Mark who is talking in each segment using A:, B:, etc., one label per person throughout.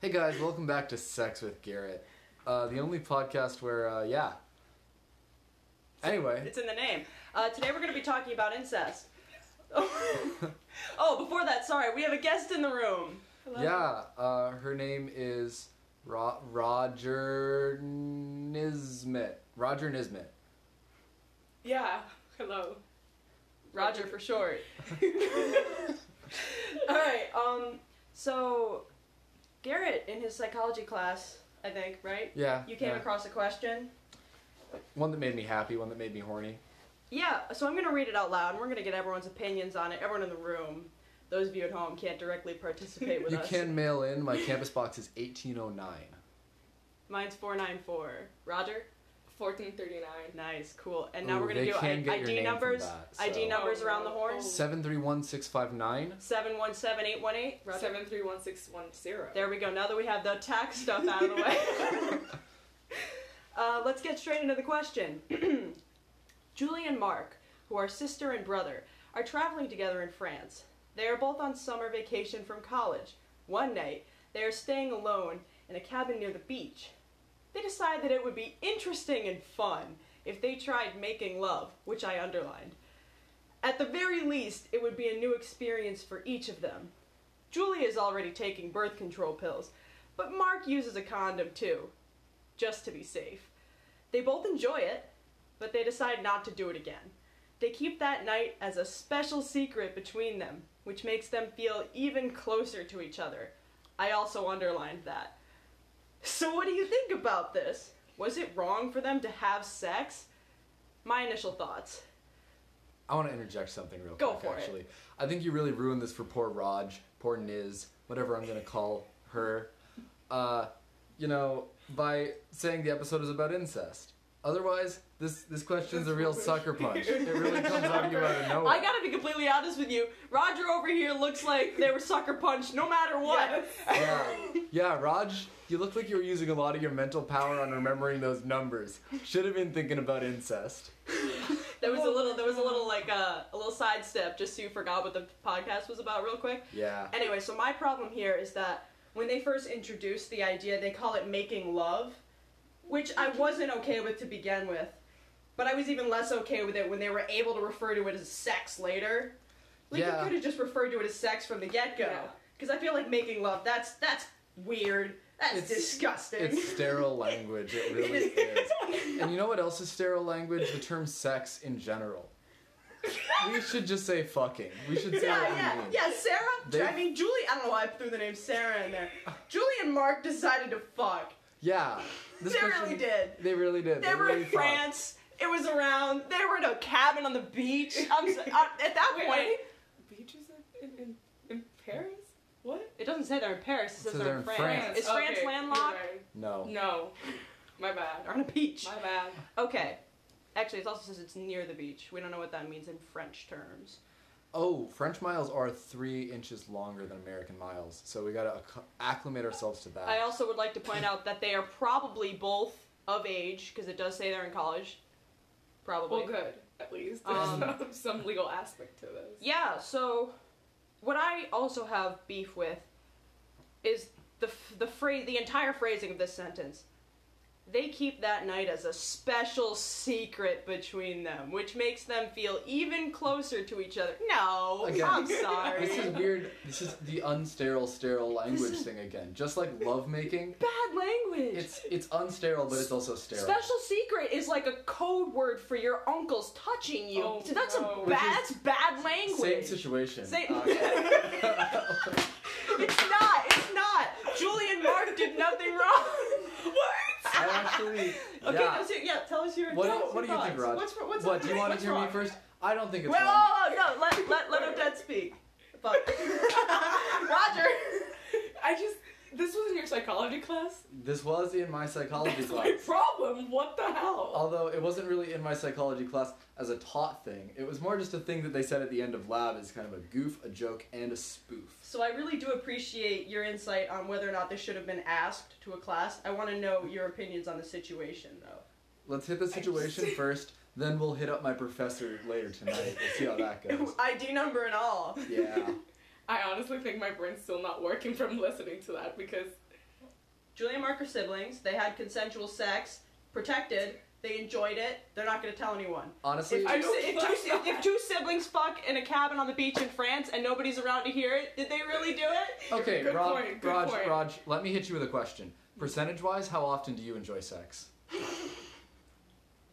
A: Hey guys, welcome back to Sex with Garrett, uh, the only podcast where, uh, yeah. Anyway,
B: It's in the name. Uh, today we're going to be talking about incest. oh, before that, sorry, we have a guest in the room. Hello.
A: yeah, uh, her name is Ro- Roger Nismet. Roger Nismet.
C: Yeah. Hello.
B: Roger for short. All right. Um. So, Garrett in his psychology class, I think, right?
A: Yeah.
B: You came
A: yeah.
B: across a question.
A: one that made me happy, one that made me horny.
B: Yeah. So I'm going to read it out loud, and we're going to get everyone's opinions on it. Everyone in the room. Those of you at home can't directly participate with
A: you
B: us.
A: can mail in. My campus box is 1809.
B: Mine's four nine four. Roger.
C: 1439.
B: Nice. Cool. And now
A: Ooh,
B: we're going to
A: they
B: do
A: can
B: I-
A: get your name
B: ID
A: from
B: numbers.
A: that,
B: ID
A: so-
B: numbers
C: Oh,
B: around the
C: no.
B: horn.
C: Oh.
A: 716559.
B: 717818. Roger.
C: 7316110.
B: There we go. Now that we have the tax stuff out of the way, uh, let's get straight into the question. Julie and Mark, who are sister and brother, are traveling together in France. They are both on summer vacation from college. One night, they are staying alone in a cabin near the beach. They decide that it would be interesting and fun if they tried making love, which I underlined. At the very least, it would be a new experience for each of them. Julie is already taking birth control pills, but Mark uses a condom too, just to be safe. They both enjoy it, but they decide not to do it again. They keep that night as a special secret between them, which makes them feel even closer to each other. I also underlined that. So, what do you think about this? Was it wrong for them to have sex? My initial thoughts.
A: I want to interject something real
B: Go
A: quick.
B: for it.
A: actually, I think you really ruined this for poor Raj, poor Niz, whatever I'm gonna call her. Uh, you know, by saying the episode is about incest. Otherwise, this this question's a real sucker punch. It really comes out of you out of nowhere.
B: I gotta be completely honest with you. Roger over here looks like they were sucker punched no matter what.
A: yeah. yeah, Raj, you look like you were using a lot of your mental power on remembering those numbers. Should have been thinking about incest.
B: There was a little, there was a little like uh, a little sidestep just so you forgot what the podcast was about real quick.
A: Yeah.
B: Anyway, so my problem here is that when they first introduced the idea, they call it making love, which I wasn't okay with to begin with. But I was even less okay with it when they were able to refer to it as sex later. Like
A: Yeah.
B: you could have just referred to it as sex from the get go.
C: Yeah.
B: Because I feel like making love, that's that's weird. That's
A: It's-
B: disgusting.
A: It's sterile language. It really is. And you know what else is sterile language? The term sex in general. We should just say fucking. We should say
B: Yeah,
A: what we
B: yeah,
A: mean.
B: yeah. Sarah,
A: They-
B: I mean Julie. I don't know why I threw the name Sarah in there. Julie and Mark decided to fuck.
A: Yeah. This
B: They
A: question-
B: really did.
A: They really did.
B: They were
A: really
B: in
A: fucked.
B: France. It was around. They were in a cabin on the beach. I'm so, I, at that
C: Wait,
B: point,
C: are they beaches in, in, in Paris? What?
B: it doesn't say they're in Paris. It says
A: says
B: they're in France.
A: France.
B: Is France
C: Okay,
B: landlocked?
C: you're
A: No.
C: right. No. My bad.
B: They're on a beach.
C: My bad.
B: Okay. Actually, it also says it's near the beach. We don't know what that means in French terms.
A: Oh, French miles are three inches longer than American miles, so we gotta acc- acclimate ourselves to that.
B: I also would like to point out that they are probably both of age because it does say they're in college. Probably.
C: Well, good. At least there's
B: Um,
C: some, some legal aspect to this.
B: Yeah, so what I also have beef with is the f- the phrase the entire phrasing of this sentence. They keep that night as a special secret between them, which makes them feel even closer to each other. No,
A: Again,
B: I'm sorry.
A: This is weird. This is the unsterile, sterile language
B: is-
A: thing again. Just like lovemaking,
B: bad language.
A: it's it's unsterile, but it's also sterile.
B: Special secret is like a code word for your uncle's touching you.
C: Oh,
B: that's
C: no.
B: a
A: Which
B: bad,
A: is-
B: that's bad
A: Same
B: language.
A: situation.
B: Same-
A: Uh,
B: It's not. It's not. Julie and Mark did nothing wrong. what?
A: I actually.
B: Okay,
A: yeah.
B: no, ser- yeah, tell us your
A: What,
B: tell us
A: what,
B: your
A: do you think,
B: thoughts.
A: Rod?
B: What's, what's
A: what, do you want
B: what's
A: to hear me
B: wrong?
A: first? I don't think it's
B: Wait, whoa,
A: wrong.
B: whoa, whoa, no, let, let, let Odette speak. Fuck. Roger!
C: I just. This was in your psychology class?
A: This was in my psychology
C: That's my
A: class.
C: problem. What the hell?
A: Although it wasn't really in my psychology class as a taught thing. It was more just a thing that they said at the end of lab as kind of a goof, a joke, and a spoof.
B: So I really do appreciate your insight on whether or not this should have been asked to a class. I want to know your opinions on the situation, though.
A: Let's hit the situation first, then we'll hit up my professor later tonight. We'll see how that goes.
B: ID number and all.
A: Yeah.
C: I honestly think my brain's still not working from listening to that because
B: Julia and Mark are siblings. They had consensual sex, protected. They enjoyed it. They're not going to tell anyone. If
A: Honestly,
B: two,
C: I
B: si-
C: don't
B: if, two, si- if two siblings fuck in a cabin on the beach in France and nobody's around to hear it, did they really do it?
A: okay,
C: Good
A: Rob,
C: point, good
A: Raj,
C: point.
A: Raj, let me hit you with a question. Percentage wise, how often do you enjoy sex?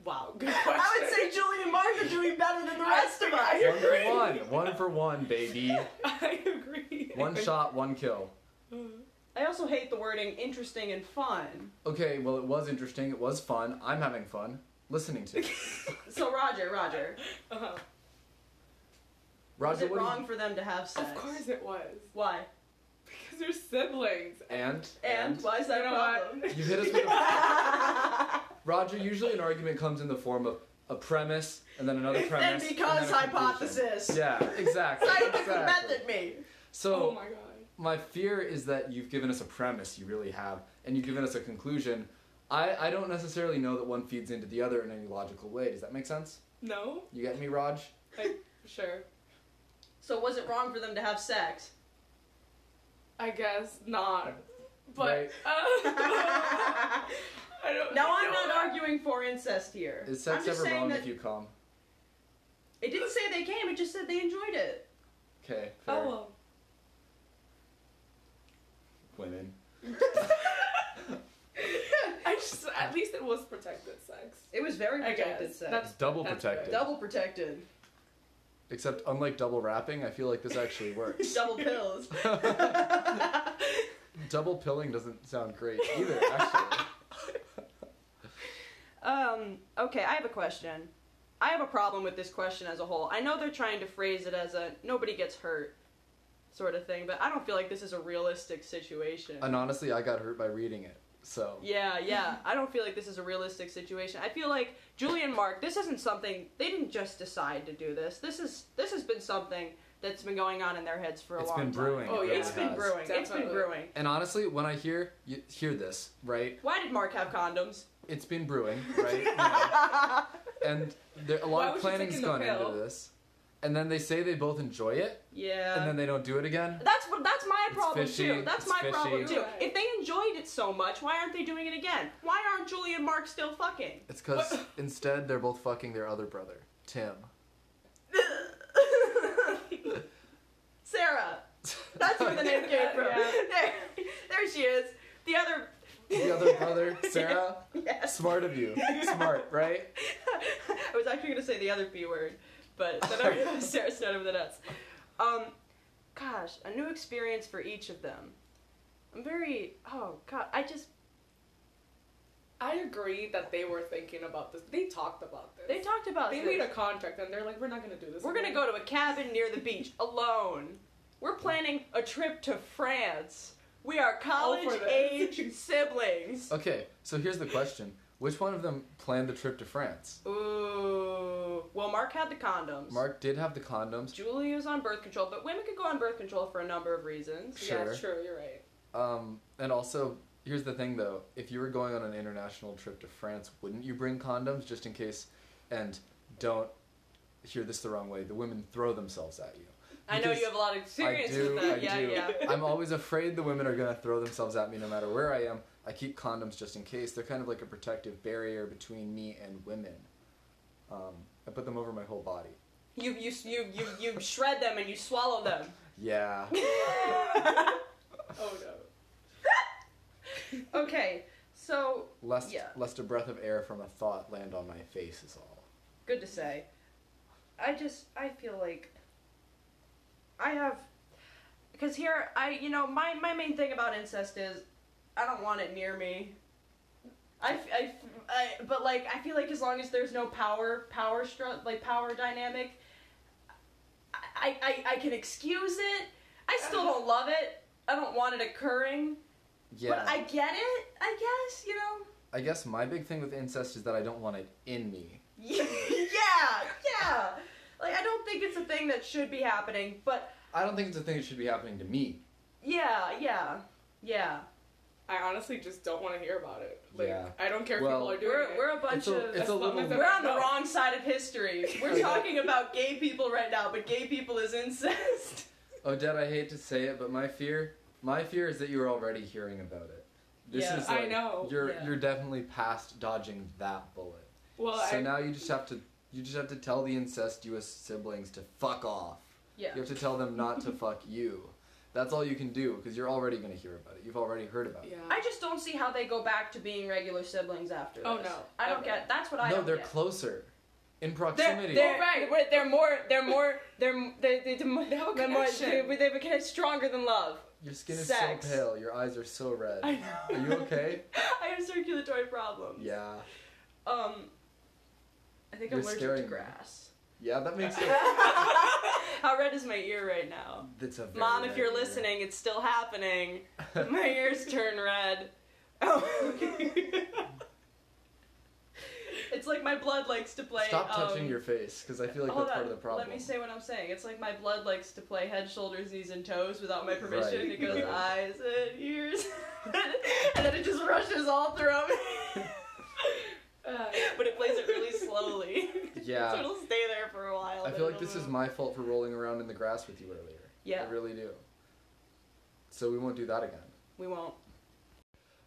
B: Wow.
C: Good question.
B: I would say Julie and Mark are doing better than the rest of us.
C: I
A: One for
C: agree.
A: one, one for one, baby.
C: I agree. Uh-huh.
A: One shot, one kill.
B: I also hate the wording interesting and fun.
A: Okay, well, it was interesting. It was fun. I'm having fun listening to. it.
B: So Roger, Roger,
C: Uh-huh.
B: was
A: Roger,
B: it
A: what do you-
B: wrong for them to have sex?
C: Of course it was.
B: Why?
C: Because they're siblings.
A: And
B: And why is that
C: You
B: a
C: know what? Oh
B: problem?
A: you hit us with a Roger. Usually, an argument comes in the form of a premise and then another premise.
B: and
A: then
B: because
A: a conclusion.
B: hypothesis.
A: Yeah, exactly.
B: Scientific
A: exactly.
B: method me.
A: So
C: Oh my god.
A: my fear is that you've given us a premise, you really have, and you've given us a conclusion. I, I don't necessarily know that one feeds into the other in any logical way. Does that make sense?
C: No?
A: You get me, Raj?
C: I, sure.
B: So was it wrong for them to have sex?
C: I guess not. But
A: Right.
C: uh, I don't
B: Now I'm
C: know.
B: not arguing for incest here.
A: Is
B: I'm
A: sex
B: just
A: ever
B: saying
A: wrong
B: that
A: if you come?
B: it didn't say they came. It just said they enjoyed it.
A: Okay, fair.
C: Oh well.
A: Women.
C: I just at least it was protected sex.
B: It was very
C: I guess.
B: protected sex.
C: That's-
A: Double
C: that's
A: protected.
B: Double protected.
A: Except unlike double wrapping, I feel like this actually works.
B: Double pills.
A: double pilling doesn't sound great either, actually.
B: Um, okay, I have a question. I have a problem with this question as a whole. I know they're trying to phrase it as a nobody gets hurt sort of thing, but I don't feel like this is a realistic situation.
A: And honestly, I got hurt by reading it. So
B: Yeah, yeah. I don't feel like this is a realistic situation. I feel like Julie and Mark, this isn't something they didn't just decide to do this. This is this has been something that's been going on in their heads for a
A: It's
B: long
A: been
B: time.
A: brewing,
C: Oh,
B: Oh
C: it
B: yeah,
C: really
B: it's been
A: has.
B: brewing. It's been
C: Definitely.
B: brewing.
A: And honestly, when I hear you hear this, right?
B: Why did Mark have condoms?
A: It's been brewing, right? You know? and there, a
C: Why
A: lot
C: was
A: of
C: she
A: planning's
C: taking the
A: gone
C: pill?
A: into this. And then they say they both enjoy it,
B: Yeah.
A: and then they don't do it again.
B: That's what. That's my
A: It's
B: problem
A: fishy,
B: too. That's
A: it's
B: my problem
A: fishy.
B: too.
C: Right.
B: If they enjoyed it so much, why aren't they doing it again? Why aren't Julie and Mark still fucking?
A: It's because
C: What?
A: instead they're both fucking their other brother, Tim.
B: Sarah. That's where the name came from.
C: Yeah.
B: There, there she is. The other.
A: the other brother, Sarah.
B: Yes.
A: Smart of you. Smart, right?
B: I was actually gonna say the other B word, but then I realized Sarah started with an S. Um, gosh, a new experience for each of them. I'm very. Oh God, I just.
C: I agree that they were thinking about this. They talked about this.
B: They talked about.
C: They
B: this.
C: made a contract and they're like, we're not gonna do this.
B: We're gonna go to a cabin near the beach alone. We're planning a trip to France. We are
C: All
B: college
C: for this.
B: age siblings.
A: Okay, so here's the question: Which one of them planned the trip to France?
B: Ooh. Well, Mark had the condoms.
A: Mark did have the condoms.
B: Julie was on birth control, but women could go on birth control for a number of reasons.
A: Sure.
C: Yeah, true. You're right.
A: Um, and also, here's the thing though: if you were going on an international trip to France, wouldn't you bring condoms just in case? And don't hear this the wrong way: the women throw themselves at you.
B: I know
A: Because
B: you have a lot of experience
A: I do,
B: with that.
A: I
B: yeah,
A: do.
B: yeah.
A: I'm always afraid the women are gonna throw themselves at me no matter where I am. I keep condoms just in case. They're kind of like a protective barrier between me and women. Um, I put them over my whole body.
B: You, you, you, you, you shred them and you swallow them.
A: Yeah.
C: Oh no.
B: Okay, so
A: Lest
B: Yeah.
A: lest a breath of air from a thought land on my face is all.
B: good to say. I just I feel like I have because here I you know my my main thing about incest is I don't want it near me. I, f- I f- I- but like I feel like as long as there's no power power stru- like power dynamic, I, I I can excuse it. I still don't love it. I don't want it occurring,
A: Yeah.
B: but I get it. I guess you know.
A: I guess my big thing with incest is that I don't want it in me.
B: yeah, yeah. Like I don't think it's a thing that should be happening, but
A: I don't think it's a thing that should be happening to me.
B: yeah, yeah, yeah.
C: I honestly just don't want to hear about it. Like,
A: Yeah.
C: I don't care if
A: Well-
C: people are doing
B: We're
C: it.
B: we're a bunch
A: It's a,
B: of
A: it's
C: As
A: a
C: long
A: little.
C: as
B: we're on the
C: No.
B: wrong side of history. We're
A: Yeah.
B: talking about gay people right now, but gay people is incest.
A: Oh, Odette, I hate to say it, but my fear, my fear is that you're already hearing about it. This
C: Yeah,
A: is
C: I
A: like-
C: know,
A: You're
D: yeah.
A: you're definitely past dodging that bullet.
C: Well,
A: so
C: I,
A: now you just have to you just have to tell the incestuous siblings to fuck off.
D: Yeah.
A: You have to tell them not to fuck you. That's all you can do because you're already going to hear about it. You've already heard about
C: yeah.
A: it.
D: I just don't see how they go back to being regular siblings after.
C: Oh,
D: this.
C: no.
D: I don't
C: Ever.
D: get. That's what I
A: no,
D: don't
A: they're
D: get.
A: closer in
B: They're,
A: proximity.
B: they're,
D: Oh, right.
B: we're- they're more, they're more, they're, they're, they're,
C: They have a
B: they're more,
C: connection.
B: they they have a connection stronger than love.
A: Your skin is
B: Sex.
A: so pale. Your eyes are so red.
C: I
A: Are you okay?
B: I have circulatory problems.
A: yeah.
B: Um, I think
A: You're
B: I'm allergic to
A: scaring me.
B: grass.
A: Yeah, that makes sense.
B: How red is my ear right now?
A: That's a very
B: Mom, if
A: red
B: you're
A: ear.
B: listening, it's still happening. My ears turn red. Oh. it's like my blood likes to play.
A: Stop touching
B: um,
A: your face because I feel like
B: hold
A: that's part
B: on,
A: of the problem.
B: Let me say what I'm saying. It's like my blood likes to play head, shoulders, knees, and toes without my permission.
A: Right,
B: It goes
A: right.
B: eyes and ears, and then it just rushes all through me.
C: Uh,
B: but it plays it really slowly, so
A: Yeah.
B: it'll stay there for a while.
A: I
B: then
A: feel like
B: it'll
A: this is
B: move.
A: my fault for rolling around in the grass with you earlier.
B: Yeah.
A: I really do. So we won't do that again.
B: We won't.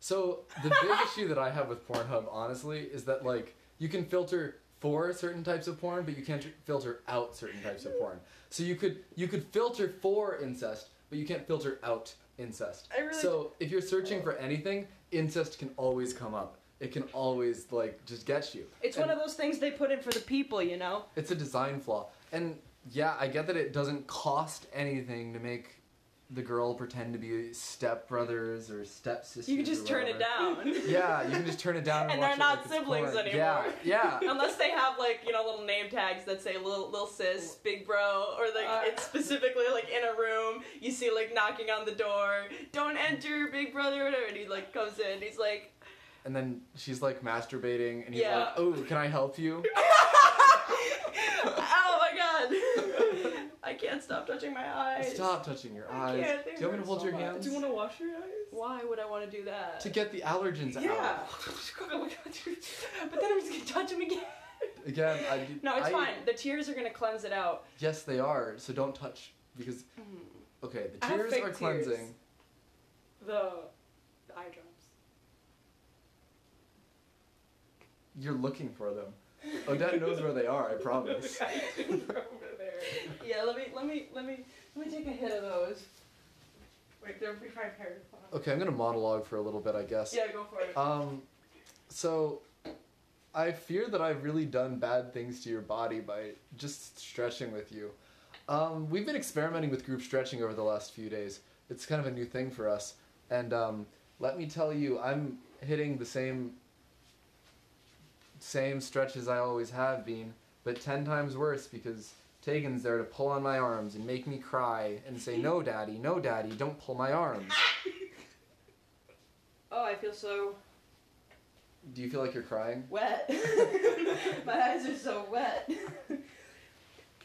A: So the big issue that I have with Pornhub, honestly, is that like you can filter for certain types of porn, but you can't filter out certain types of porn. So you could you could filter for incest, but you can't filter out incest.
B: I really- Oh.
A: so if you're searching for anything, incest can always come up. It can always like just get you.
B: It's
A: And
B: one of those things they put in for the people, you know.
A: it's a design flaw. And yeah, I get that it doesn't cost anything to make the girl pretend to be stepbrothers or stepsisters.
B: You can
A: or
B: just turn it
A: whatever.
B: down.
A: Yeah, you can just turn it down and,
B: And
A: watch
B: they're
A: it
B: not
A: like it's
B: siblings
A: porn.
B: anymore.
A: Yeah, yeah.
B: Unless they have like you know little name tags that say little little sis, big bro, or like
C: Uh.
B: it's specifically like in a room you see like knocking on the door, don't enter, big brother, whatever. And he like comes in, he's like,
A: And then she's like masturbating, and he's
B: Yeah.
A: like, "Oh, can I help you?"
B: oh my god, I can't stop touching my eyes.
A: Stop touching your
B: I
A: eyes.
B: can't, they
A: do you want me to
B: hurt
A: hold
B: so
A: your
B: much.
A: hands
C: do you want to wash your eyes?
B: Why would I want to do that?
A: to get the allergens
C: Yeah.
A: out?
C: Oh my God, dude.
B: but then I'm just gonna touch him again.
A: Again, I do-
B: No, it's
A: I-
B: fine. The tears are gonna cleanse it out.
A: Yes, they are. So don't touch because
B: Hmm.
A: okay, the
C: I have
A: tears
C: fake
A: are
C: tears.
A: cleansing.
C: the, the eye drops.
A: You're looking for them. Odette knows where they are. I promise.
C: I didn't go over there.
B: Yeah, let me let me let me let me take a hit of those. Wait, they're be my hair.
A: Okay, I'm gonna monologue for a little bit, I guess.
B: Yeah, go for it.
A: Um, so I fear that I've really done bad things to your body by just stretching with you. Um, we've been experimenting with group stretching over the last few days. It's kind of a new thing for us. And um, let me tell you, I'm hitting the same same stretches I always have been, but ten times worse because Tegan's there to pull on my arms and make me cry and say, "No, daddy, no, daddy, don't pull my arms."
B: Oh, I feel so
A: Do you feel like you're crying?
B: wet. my eyes are so wet.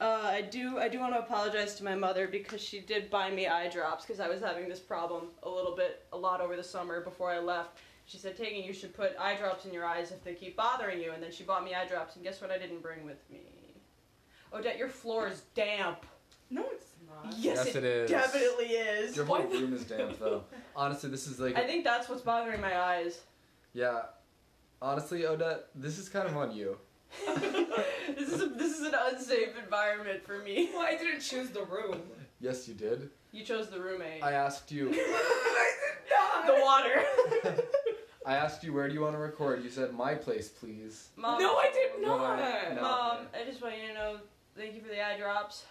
B: Uh, I do I do want to apologize to my mother because she did buy me eye drops because I was having this problem a little bit a lot over the summer before I left. She said, Tegan, you should put eye drops in your eyes if they keep bothering you. And then she bought me eye drops, and guess what I didn't bring with me? Odette, your floor is damp.
C: No, it's not.
A: Yes, it is.
B: Definitely is.
A: Your whole
C: Why the-
A: room is damp, though. Honestly, this is like,
B: I think that's what's bothering my eyes.
A: yeah. Honestly, Odette, this is kind of on you.
B: this is a, this is an unsafe environment for me.
C: Well, I didn't choose the room.
A: Yes, you did.
B: You chose the roommate.
A: I asked you.
C: I did
B: the water.
A: I asked you where do you want to record. You said my place, please.
B: Mom,
C: No, I did
A: No,
C: not.
A: I- no.
B: Mom, I just want you to know. Thank you for the eye drops.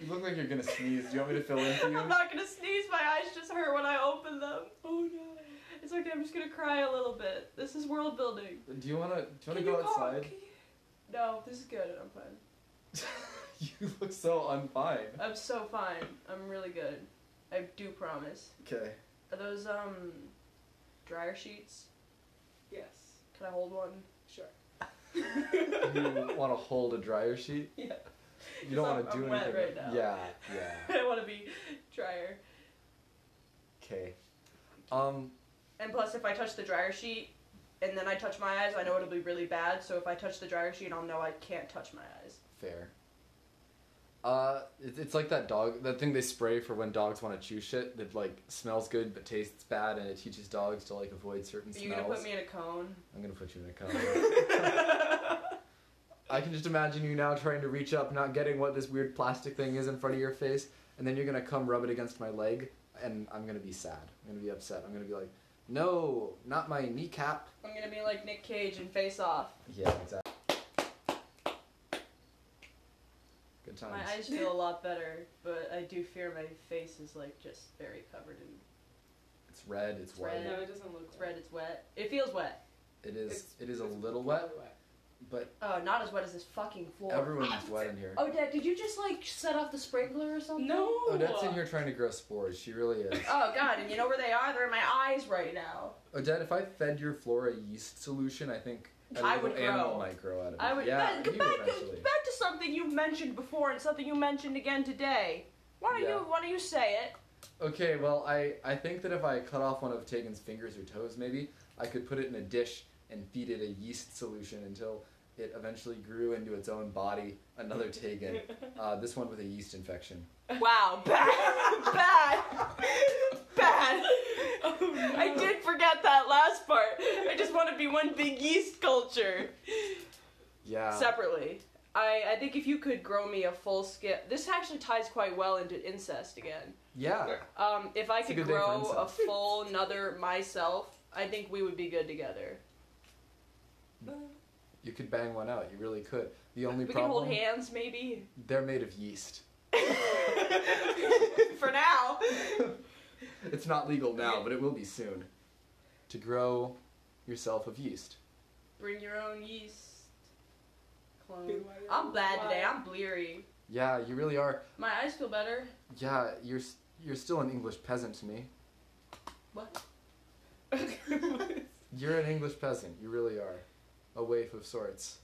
A: You look like you're gonna sneeze. Do you want me to fill in for you?
B: I'm not gonna sneeze. My eyes just hurt when I open them.
C: Oh no.
B: It's okay. I'm just gonna cry a little bit. This is world building.
A: Do you wanna? Do you wanna
C: Can
A: go
C: you call-
A: outside?
C: can you-
B: No, this is good. I'm fine.
A: you look so unfine.
B: I'm so fine. I'm really good. I do promise.
A: Okay.
B: Are those um dryer sheets?
C: Yes.
B: Can I hold one?
C: Sure.
A: You want to hold a dryer sheet?
B: Yeah.
A: You don't
B: I'm-
A: want to do
B: I'm wet
A: anything.
B: right now.
A: Yeah. Yeah.
B: I want to be dryer.
A: Okay. Um.
B: And plus, if I touch the dryer sheet and then I touch my eyes, I know it'll be really bad. So if I touch the dryer sheet, I'll know I can't touch my eyes.
A: Fair. Uh, it, it's like that dog, that thing they spray for when dogs want to chew shit that like smells good but tastes bad, and it teaches dogs to like avoid certain
B: Are you
A: smells.
B: gonna put me in a cone?
A: I'm gonna put you in a coma. I can just imagine you now trying to reach up, not getting what this weird plastic thing is in front of your face, and then you're gonna come rub it against my leg, and I'm gonna be sad. I'm gonna be upset. I'm gonna be like, no, not my kneecap.
B: I'm gonna be like Nick Cage and Face Off.
A: Yeah, exactly. Good times.
B: My eyes feel a lot better, but I do fear my face is like just very covered in
A: It's red. It's,
B: It's
A: white.
B: red.
C: No, it doesn't look
B: it's
C: red.
B: red. It's wet. It feels wet.
A: It is.
C: It's-
A: it is a
C: it's
A: little wet, but
B: Oh, not as wet as this fucking floor.
A: everyone's wet in here.
B: Oh, Dad, did you just like set off the sprinkler or something?
C: No.
A: Odette's Oh, in here trying to grow spores. She really is.
B: Oh God, and you know where they are? They're in my eyes right now.
A: Odette, if I fed your flora yeast solution, I think a
B: I
A: little
B: would
A: animal
B: grow.
A: might grow out of it.
B: I would
A: yeah,
B: back,
A: you
B: back,
A: eventually.
B: back to something you mentioned before and something you mentioned again today. Why don't
A: Yeah.
B: you why don't you say it?
A: Okay, well, I, I think that if I cut off one of Tegan's fingers or toes, maybe, I could put it in a dish and feed it a yeast solution until it eventually grew into its own body, another Tegan, uh, this one with a yeast infection.
B: Wow, bad, bad,
C: Oh,
B: bad. I did forget that last part. I just want to be one big yeast culture.
A: Yeah.
B: Separately, I, I think if you could grow me a full skin, this actually ties quite well into incest again.
A: yeah.
B: Um, if I
A: It's a
B: could
A: good day for
B: grow a
A: incest.
B: full another myself, I think we would be good together.
A: You could bang one out. You really could. The only
B: we could
A: problem,
B: hold hands, maybe.
A: they're made of yeast.
B: For now.
A: It's not legal now, but it will be soon. To grow yourself of yeast.
B: Bring your own yeast. Clone.
C: Dude, why are
B: I'm
C: you-
B: bad today.
C: why?
B: I'm bleary.
A: Yeah, you really are.
B: My eyes feel better.
A: Yeah, you're s- you're still an English peasant to me.
B: What?
A: You're an English peasant. You really are. A waif of sorts.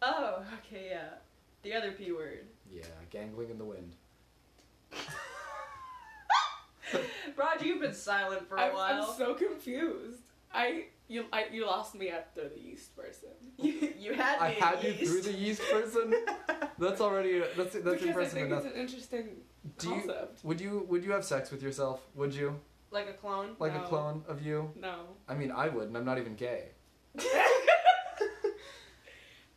B: Oh, okay, yeah. The other P word.
A: Yeah, gangling in the wind.
B: Roger, you've been silent for a
C: I'm,
B: while.
C: I'm so confused. I you I, you lost me after the yeast person.
B: you, you had me.
A: I had
B: at
A: you through
B: yeast.
A: the yeast person. That's already that's that's
C: because I
A: impressive
C: think
A: enough.
C: it's an interesting
A: Do you
C: concept.
A: would you would you have sex with yourself? Would you
B: Like a clone.
A: like a
C: No.
A: clone of you?
C: No.
A: I mean, I would, and I'm not even gay.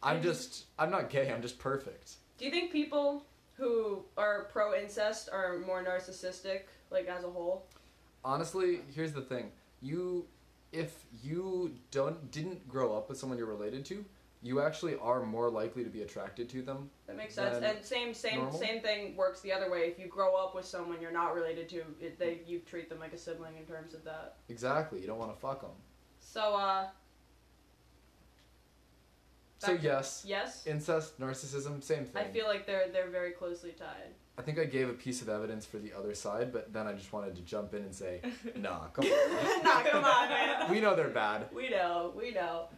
A: I'm just I'm not gay. I'm just perfect.
B: Do you think people who are pro incest are more narcissistic, like as a whole?
A: honestly here's the thing you if you don't didn't grow up with someone you're related to you actually are more likely to be attracted to them
B: That makes sense.
A: Then
B: and same, same,
A: normal?
B: same thing works the other way. If you grow up with someone you're not related to, it, they you treat them like a sibling in terms of that.
A: exactly you don't want to fuck them
B: So, uh,
A: so
B: Back-
A: yes
B: yes,
A: incest narcissism same thing
B: I feel like they're they're very closely tied.
A: I think i gave a piece of evidence for the other side but then i just wanted to jump in and say nah come on
B: nah, come on, man.
A: we know they're bad
B: We know, we know.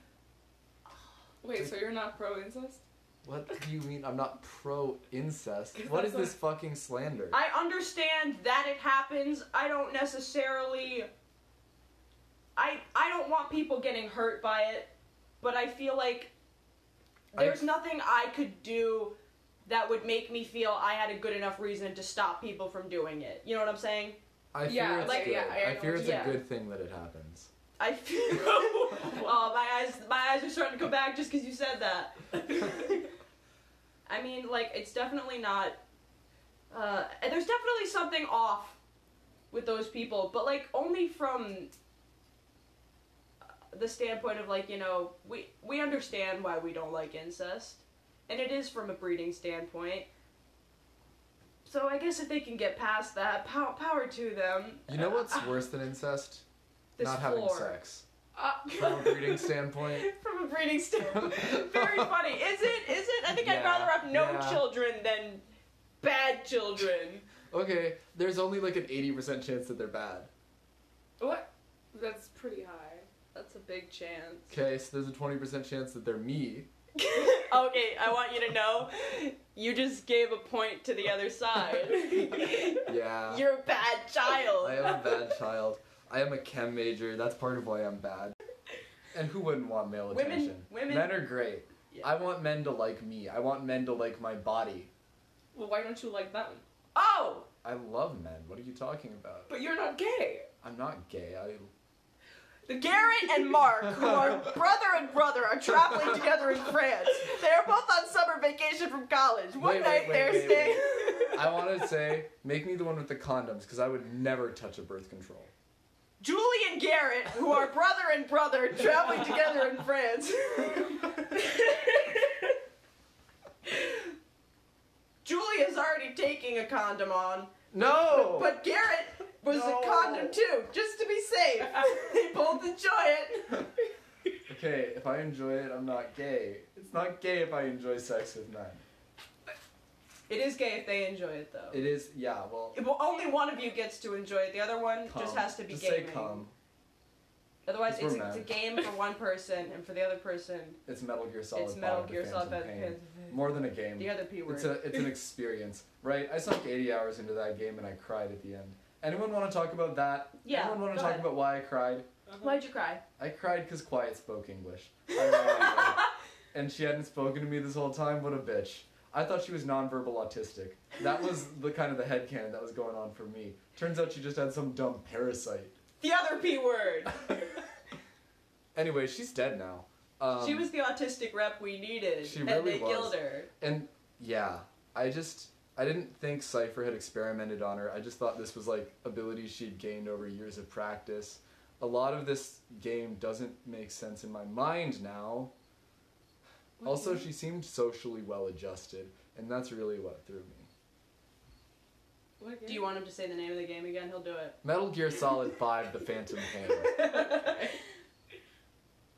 C: Wait, so you're not pro incest?
A: what do you mean i'm not pro incest
C: 'Cause
A: what is
C: that's
A: this fucking slander
B: I understand that it happens. I don't necessarily. I I don't want people getting hurt by it, but I feel like
A: I-
B: there's nothing I could do that would make me feel I had a good enough reason to stop people from doing it. You know what I'm saying?
A: i fear
C: Yeah,
A: it's
C: like,
A: good
C: yeah, I- I
A: i
C: know
A: fear
C: what
A: it's
B: you-
A: a good thing that it happens
B: I feel. oh, my eyes, my eyes are starting to come back just because you said that. I mean, like it's definitely not. Uh, and there's definitely something off with those people, but like only from the standpoint of like you know we we understand why we don't like incest, and it is from a breeding standpoint. So I guess if they can get past that, pow- power to them.
A: you know what's worse than incest
B: This
A: not having
B: floor.
A: sex
C: Uh,
A: from a breeding standpoint.
B: From a breeding standpoint. Very funny. Is it? Is it? I think I'd
A: Yeah,
B: rather have no
A: yeah.
B: children than bad children.
A: Okay, there's only like an 80% chance that they're bad.
C: what? That's pretty high.
B: That's a big chance.
A: Okay, so there's a 20% chance that they're me.
B: okay, I want you to know you just gave a point to the other side.
A: Yeah.
B: You're a bad child.
A: I am a bad child. I am a chem major. That's part of why I'm bad. And who wouldn't want male
B: Women-
A: attention?
B: women-
A: Men are great.
B: Yeah.
A: I want men to like me. I want men to like my body.
C: Well, why don't you like them?
B: Oh,
A: I love men. What are you talking about?
C: But you're not gay.
A: I'm not gay. I
C: The
E: Garrett and Mark, who are brother and brother, are traveling together in France. They are both on summer vacation from college. One
A: Wait, wait,
E: night
A: wait,
E: they're
A: wait,
E: staying.
A: I want to say, make me the one with the condoms, because I would never touch a birth control.
E: Julie and Garrett, who are brother and brother, traveling together in France. Julie is already taking a condom on,
A: No.
E: but Garrett was
A: Oh. No.
E: a condom too, just to be safe. they both enjoy it.
A: okay, if I enjoy it, I'm not gay. It's not gay if I enjoy sex with men.
B: it is gay if they enjoy it though.
A: It is, yeah. Well,
B: Well, only one of you gets to enjoy it. The other one
A: cum.
B: just has to be
A: Just
B: gaming.
A: say cum.
B: Otherwise,
A: Because
B: it's,
A: we're
B: it's a
A: mad.
B: game for one person, and for the other person,
A: It's Metal Gear Solid.
B: it's Metal
A: Bond,
B: Gear
A: The
B: Solid.
A: Phantom
B: Phantom
A: Pain.
B: Pain.
A: More than a game.
B: The other P word.
A: It's a it's an experience, right? I sunk 80 hours into that game and I cried at the end. Anyone want to talk about that?
B: Yeah,
A: Anyone want to
B: go
A: talk
B: ahead.
A: about why I cried?
B: Why'd you cry?
A: I cried because Quiet spoke English. I really did. and she hadn't spoken to me this whole time. What a bitch. I thought she was nonverbal autistic. That was the kind of the headcanon that was going on for me. Turns out she just had some dumb parasite.
E: The other P word.
A: Anyway, she's dead now. Um,
B: she was the autistic rep we needed,
A: She
B: and
A: really
B: they
A: was.
B: killed her.
A: And yeah, I just I didn't think Cypher had experimented on her. I just thought this was like abilities she'd gained over years of practice. A lot of this game doesn't make sense in my mind now. Also, she seemed socially well adjusted, and that's really what threw me.
C: What
B: Do you want him to say the name of the game again? He'll do it.
A: Metal Gear Solid 5 The Phantom Pain.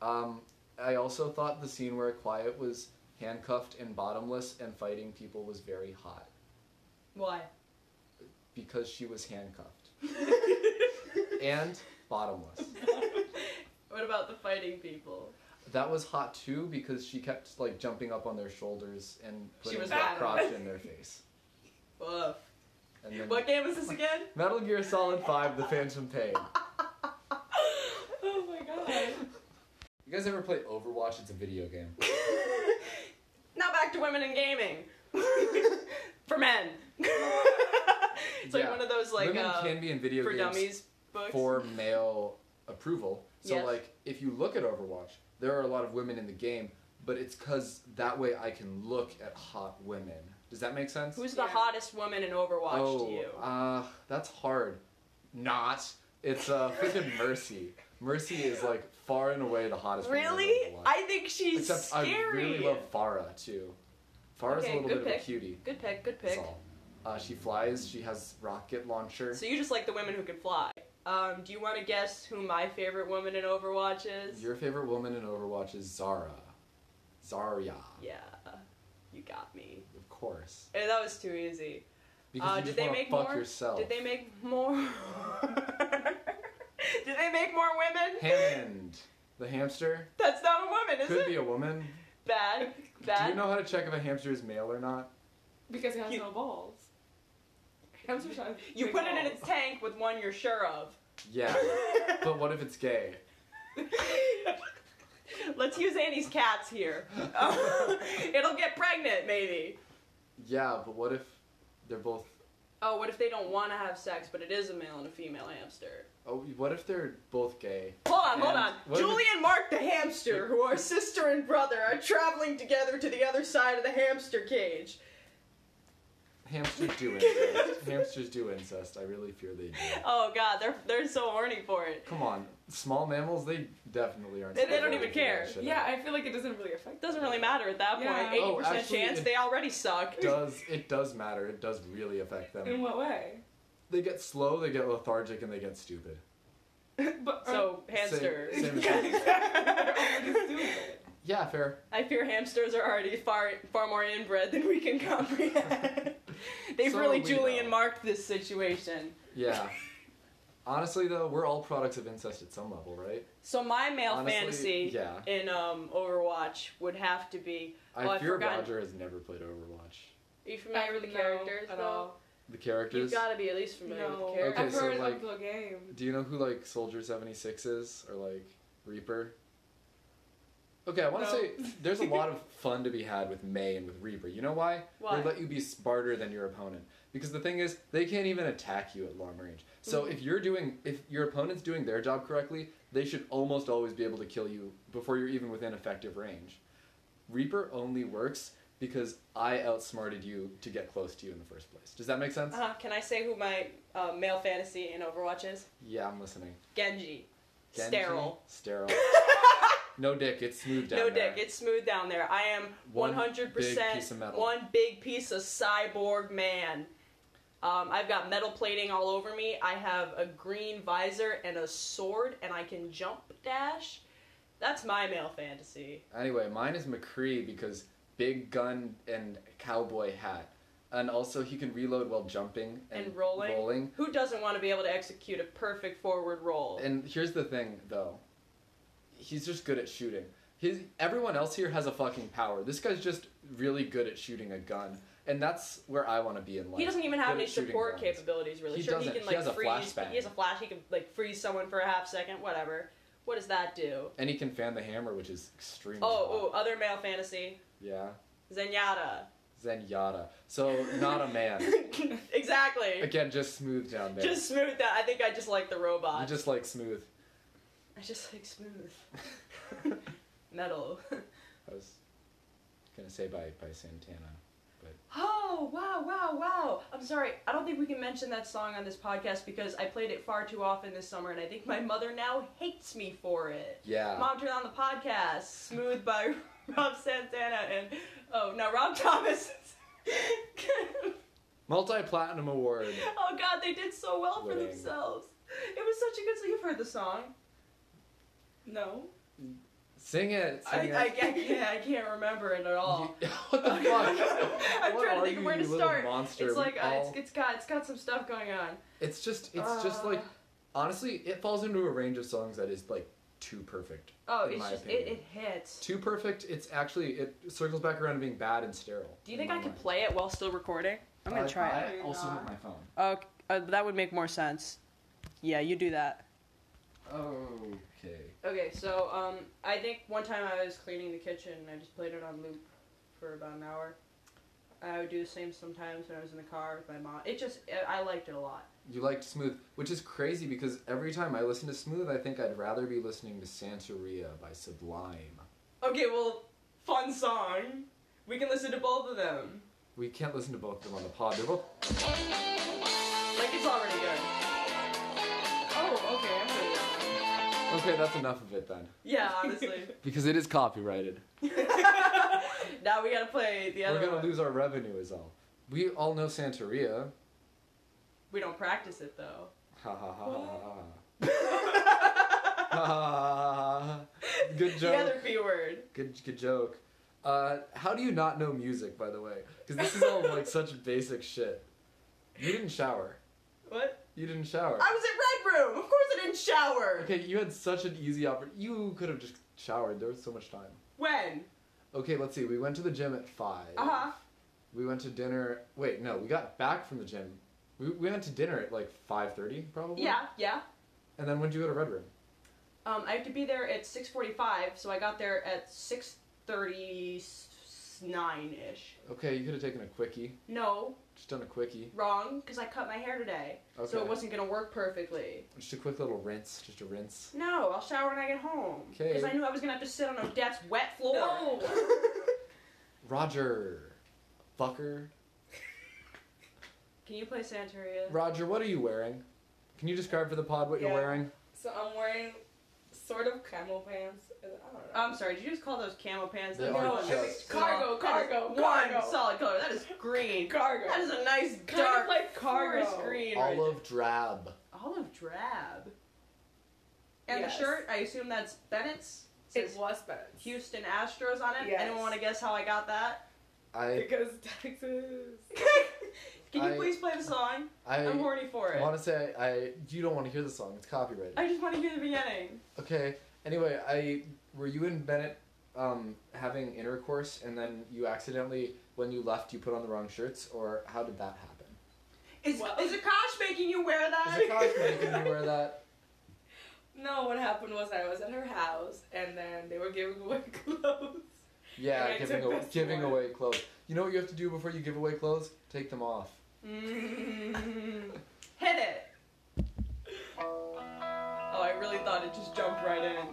A: Um, I also thought the scene where Quiet was handcuffed and bottomless and fighting people was very hot
B: Why?
A: because she was handcuffed and bottomless.
B: What about the fighting people?
A: That was hot too because she kept like jumping up on their shoulders and
B: She
A: putting
B: was
A: her
B: bad.
A: crotch in their face.
B: Woof.
A: And then
B: What game was this again?
A: Metal Gear Solid 5 The Phantom Pain.
C: Oh my god.
A: You guys ever play Overwatch? It's a video game.
B: Now back to women in gaming. For men. it's like
A: Yeah.
B: one of those like
A: Women
B: uh,
A: can be in video
B: for
A: games
B: dummies books.
A: for male approval. So
B: Yes.
A: like if you look at Overwatch, there are a lot of women in the game, but it's cuz that way I can look at hot women. Does that make sense?
B: Who's the
C: Yeah.
B: hottest woman in Overwatch
A: oh,
B: to you?
A: Uh, that's hard. Not. It's uh freaking Mercy. Mercy is like far and away the hottest woman.
B: Really?
A: in Overwatch.
B: I think she's
A: Except
B: scary.
A: I really love Farah too. Farah's
B: Okay,
A: a little
B: good
A: bit of
B: pick.
A: a cutie.
B: Good pick, good
A: That's
B: pick.
A: all. Uh, she flies, she has rocket launcher.
B: So you just like the women who can fly. Um, do you want to guess who my favorite woman in Overwatch is?
A: Your favorite woman in Overwatch is Zara. Zarya,
B: yeah, you got me.
A: of course.
B: Eh, that was too easy.
A: Because
B: Uh,
A: you
B: did
A: just
B: they
A: want to
B: make
A: fuck
B: more?
A: yourself.
B: Did they make more? Did they make more women?
A: Hammond, the hamster,
B: That's not a woman, is
A: could
B: it?
A: be a woman.
B: Bad,
A: Do
B: bad.
A: you know how to check if a hamster is male or not?
C: Because it has
B: You-
C: no balls. Hamsters have
B: you
C: big
B: put it in
C: balls.
B: its tank with one you're sure of.
A: Yeah. but what if it's gay?
B: Let's use Annie's cats here. it'll get pregnant, maybe.
A: Yeah, but what if they're both?
B: Oh, what if they don't want to have sex, but it is a male and a female hamster?
A: Oh, what if they're both gay?
B: Hold on, hold
A: And
B: on.
A: what if
B: Julie
A: it's-
B: and Mark the hamster, who are sister and brother, are traveling together to the other side of the hamster cage.
A: Hamsters do incest. Hamsters do incest. I really fear they do.
B: Oh god, they're they're so horny for it.
A: Come on, small mammals. They definitely aren't.
B: They- they
A: supposed
B: don't
A: to
B: even
A: do that
B: care.
A: shit.
C: Yeah, I feel like it doesn't really affect.
B: Doesn't really matter at that
C: Yeah.
B: point. Eighty
A: Oh,
B: percent
A: actually,
B: chance
A: it-
B: they already suck.
A: It does it does matter? It does really affect
C: In
A: them.
C: what way?
A: They get slow. They get lethargic, and they get stupid.
C: but
B: So hamster.
A: Same, same as you. yeah, fair.
B: I fear hamsters are already far far more inbred than we can comprehend. They've
A: So
B: really
A: we
B: Julian
A: know.
B: marked this situation.
A: Yeah. Honestly, though, we're all products of incest at some level, right?
B: So my male
A: Honestly,
B: fantasy
A: yeah.
B: in um, Overwatch would have to be.
A: I
B: Oh, I
A: fear
B: forgot.
A: Roger has never played Overwatch.
B: Are you familiar with the characters
C: at
B: though?
C: all.
A: The characters.
B: You've got to be at least familiar
C: No,
B: with the
A: Okay,
B: characters.
C: I've
A: so,
C: heard
A: like-
C: of the game.
A: Do you know who like Soldier 76 is or like Reaper? Okay, I want to
C: No.
A: say there's a lot of fun to be had with May and with Reaper. You know why?
B: Why?
A: They let you be smarter than your opponent. Because the thing is, they can't even attack you at long range. So if you're doing, if your opponent's doing their job correctly, they should almost always be able to kill you before you're even within effective range. Reaper only works because I outsmarted you to get close to you in the first place. Does that make sense?
B: Uh, can I say who my uh, male fantasy in Overwatch is?
A: Yeah, I'm listening.
B: Genji.
A: Genji,
B: Sterile.
A: Sterile. no dick. It's smooth down
B: no
A: there.
B: dick. It's smooth down there. I am
A: One
B: 100%
A: big piece of metal.
B: one big piece of cyborg man. Um, I've got metal plating all over me. I have a green visor and a sword, and I can jump dash. That's my male fantasy.
A: Anyway, mine is McCree because big gun and cowboy hat. And also he can reload while jumping and,
B: And rolling.
A: rolling.
B: Who doesn't want to be able to execute a perfect forward roll?
A: And here's the thing though. He's just good at shooting. His everyone else here has a fucking power. This guy's just really good at shooting a gun. And that's where I want to be in life.
B: He doesn't even
A: Good
B: have
A: at
B: any
A: shooting
B: support
A: guns.
B: capabilities, really.
A: He
B: sure,
A: doesn't.
B: he can
A: He
B: like
A: has a
B: freeze.
A: flashbang.
B: He has a flash. He can like freeze someone for a half second, whatever. What does that do?
A: And he can fan the hammer, which is extremely
B: Oh,
A: hot.
B: oh, other male fantasy,
A: Yeah.
B: Zenyatta.
A: Zenyatta. So not a man.
B: exactly.
A: Again, just smooth down there.
B: Just smooth that. I think I just like the
A: you
B: robot.
A: just like smooth.
B: I just like smooth
A: I
B: metal.
A: was gonna say by by Santana.
B: Oh, wow, wow, wow. I'm sorry. I don't think we can mention that song on this podcast because I played it far too often this summer and I think my mother now hates me for it.
A: Yeah.
B: Mom turned on the podcast, Smooth by Rob Santana and, oh, no, Rob Thomas.
A: Multi platinum award.
B: oh, God, they did so well for
A: Winning.
B: themselves. It was such a good song. You've heard the song.
C: No.
A: Sing it.
B: I,
A: Sing
B: I, I,
A: it.
B: can't, I can't remember it at all.
A: You- what the fuck?
B: I'm
A: What
B: trying
A: are
B: to think
A: you,
B: of where
A: you
B: to
A: little
B: start.
A: monster?
B: It's
A: We
B: like uh,
A: all-
B: it's, it's got it's got some stuff going on.
A: It's just it's just
B: Uh.
A: like honestly, it falls into a range of songs that is like too perfect.
B: Oh,
A: in
B: it's
A: my
B: just it,
A: opinion.
B: it hits.
A: Too perfect. It's actually it circles back around to being bad and sterile.
B: Do you think I could play it while still recording? I'm gonna
A: I,
B: try it.
A: I also hit my phone.
B: Oh, uh, that would make more sense. Yeah, you do that.
A: Okay.
B: Okay, so um, I think one time I was cleaning the kitchen and I just played it on loop for about an hour. I would do the same sometimes when I was in the car with my mom. It just I I liked it a lot.
A: You liked Smooth, which is crazy because every time I listen to Smooth, I think I'd rather be listening to Santeria by Sublime.
B: Okay, well, fun song. We can listen to both of them.
A: We can't listen to both of them on the pod. They're both
B: Like it's already good.
C: Oh, okay. I'm gonna
A: Okay, that's enough of it then.
B: Yeah, honestly.
A: Because it is copyrighted.
B: now we gotta play the
A: We're
B: other
A: gonna
B: one.
A: lose our revenue is all. We all know Santeria.
B: We don't practice it though.
A: Ha ha ha ha ha. ha. ha, ha, ha, ha. Good
B: The other
A: joke.
B: B word.
A: Good good joke. Uh, how do you not know music, by the way? Because this is all like such basic shit. You didn't shower.
B: What?
A: You didn't shower.
B: I was at Red Room. Of course I didn't shower.
A: Okay, you had such an easy oppor- You could have just showered. There was so much time.
B: When?
A: Okay, let's see. We went to the gym at five.
B: Uh huh.
A: We went to dinner. Wait, no, we got back from the gym. We, we went to dinner at like five thirty, probably.
B: Yeah, yeah.
A: And then when did you go to Red Room?
B: Um, I have to be there at six forty-five, so I got there at six thirty-nine ish.
A: Okay, you could have taken a quickie.
B: No,
A: Just done a quickie.
B: wrong, because I cut my hair today,
A: Okay.
B: so it wasn't gonna work perfectly.
A: Just a quick little rinse. Just a rinse.
B: No, I'll shower when I get home.
A: Okay.
B: Because I knew I was gonna have to sit on Odette's wet floor.
C: No.
A: Roger. Fucker.
B: Can you play Santeria?
A: Roger, what are you wearing? Can you describe for the pod what
C: Yeah.
A: you're wearing?
C: So I'm wearing sort of camel pants. I don't know.
B: I'm sorry, did you just call those camo pants?
A: They
B: That
A: are
B: one is
A: just-
B: solid-
C: Cargo,
B: that is
C: cargo,
B: One
C: cargo.
B: solid color. That is green.
C: cargo.
B: That is a nice
C: Kind of
B: dark
C: like cargo.
B: forest green. right
A: Olive drab.
B: there. Olive drab. And
C: Yes.
B: the shirt, I assume that's Bennett's.
C: it
B: Says
C: was better.
B: Houston Astros on it.
C: Yes.
B: Anyone want to guess how I got that?
A: I
C: Because Texas.
B: Can you
A: I-
B: please play the song?
A: I
B: I'm horny for it.
A: want to say I. You don't want to hear the song. It's copyrighted.
B: I just want to hear the beginning.
A: Okay. Anyway, I were you and Bennett um, having intercourse, and then you accidentally, when you left, you put on the wrong shirts, or how did that happen?
B: Is
C: Well-
B: is Akash making you wear
A: Is
B: that?
A: it cosplay? Can you wear that?
C: No, No, what happened was I was at her house, and then they were giving away clothes. And
A: Yeah,
C: I
A: giving
C: took
A: away,
C: this
A: giving
C: one.
A: away clothes. You know what you have to do before you give away clothes? Take them off.
B: Mm-hmm.
D: Hit it.
B: Oh, I really thought it just jumped right in.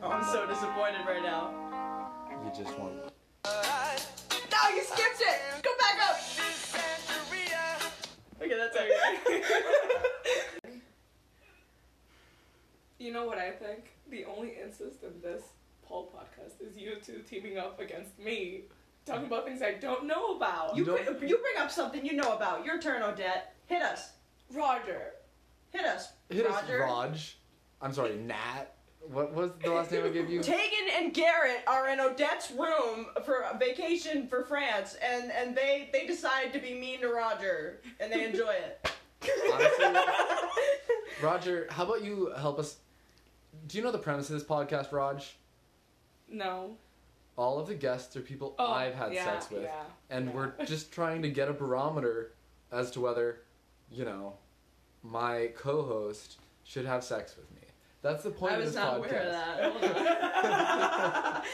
B: Oh, I'm so disappointed right now.
A: You just won't.
B: No, you skipped it! Go back up! Okay, that's okay.
C: You know what I think? The only insist in this poll podcast is you two teaming up against me, talking about things I don't know about.
A: You
B: you,
A: don't-
B: bring, you bring up something you know about. Your turn, Odette. Hit us.
C: Roger.
B: Hit us.
A: Hit us,
B: Roger.
A: Raj. I'm sorry, Nat. What was the last name I gave you?
B: Tegan and Garrett are in Odette's room for a vacation for France, and, and they, they decide to be mean to Roger, and they enjoy it.
A: Honestly, Roger, how about you help us? Do you know the premise of this podcast, Raj?
C: No.
A: All of the guests are people
C: Oh,
A: I've had
C: yeah,
A: sex with,
C: yeah,
A: and
C: yeah.
A: we're just trying to get a barometer as to whether, you know, my co-host should have sex with me. That's the point
B: I
A: of
B: was
A: this podcast.
B: not aware of that. Hold on.